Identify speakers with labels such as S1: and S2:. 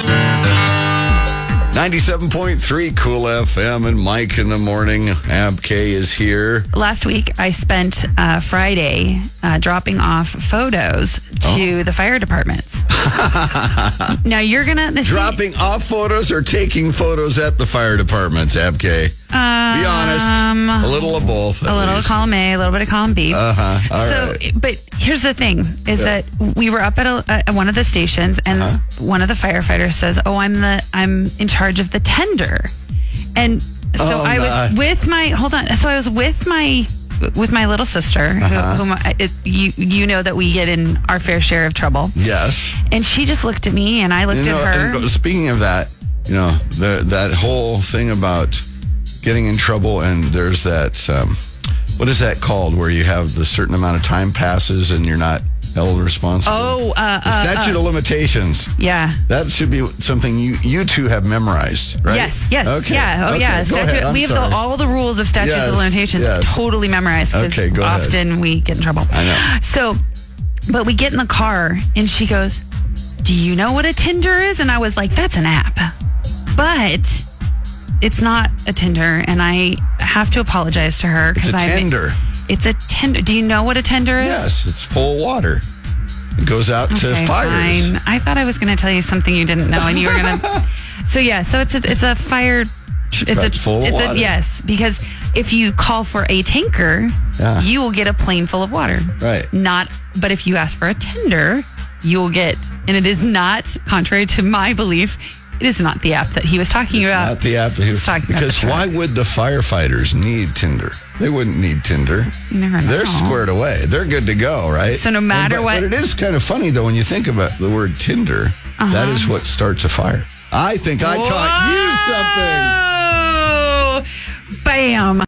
S1: 97.3 Cool FM and Mike in the morning. Ab K is here.
S2: last week I spent uh, Friday uh, dropping off photos to
S1: Oh.
S2: the fire departments. now you're gonna this
S1: Dropping off photos or taking photos at the fire departments, Ab K? Be honest. A little of both.
S2: Um, a little column A, a little bit of column B. Uh
S1: Uh-huh. All
S2: So, but here's the thing: is that we were up at, a, at one of the stations, and
S1: Uh-huh.
S2: one of the firefighters says, "Oh, I'm the I'm in charge of the tender," and so
S1: Oh,
S2: I
S1: my.
S2: was with my hold on. So I was with my with my little sister,
S1: Uh-huh.
S2: who, whom I, it, you you know that we get in our fair share of trouble.
S1: Yes.
S2: And she just looked at me, and I looked
S1: You know,
S2: at her.
S1: and speaking of that, you know, the, that whole thing about getting in trouble and there's that, um, what is that called where you have the certain amount of time passes and you're not held responsible?
S2: oh, uh,
S1: The
S2: uh,
S1: statute of limitations.
S2: yeah.
S1: That should be something you you two have memorized, right?
S2: Yes, yes,
S1: Okay.
S2: yeah, oh
S1: okay.
S2: yeah.
S1: go ahead.
S2: Statute,
S1: I'm
S2: we have the,
S1: sorry.
S2: all the rules of statutes
S1: Yes,
S2: of limitations
S1: yes.
S2: totally memorized because
S1: Okay, go ahead.
S2: often we get in trouble.
S1: I know.
S2: So, but we get in the car and she goes, "Do you know what a Tinder is?" And I was like, "That's an app," but it's not a Tinder, and I have to apologize to her
S1: It's a
S2: I've-
S1: tender.
S2: It's a Tinder. Do you know what a Tinder is?
S1: Yes, it's full of water. It goes out to
S2: Okay,
S1: fires.
S2: Fine. I thought I was going to tell you something you didn't know, and you were going to. So yeah, so it's a it's a fire. tr- It's a
S1: Truck full of
S2: it's
S1: water.
S2: a yes because if you call for a tanker,
S1: Yeah.
S2: you will get a plane full of water.
S1: Right.
S2: Not, but if you ask for a tender, you will get, and it is not contrary to my belief. It is not the app that he was talking about.
S1: Not the app.
S2: He's talking about
S1: Because
S2: the
S1: why would the firefighters need Tinder? They wouldn't need Tinder.
S2: You never know.
S1: They're squared away. They're good to go, right?
S2: So no matter
S1: but,
S2: what-
S1: But it is kind of funny though when you think about the word Tinder. That
S2: Uh-huh.
S1: is what starts a fire. I think I taught you something.
S2: Whoa! Bam.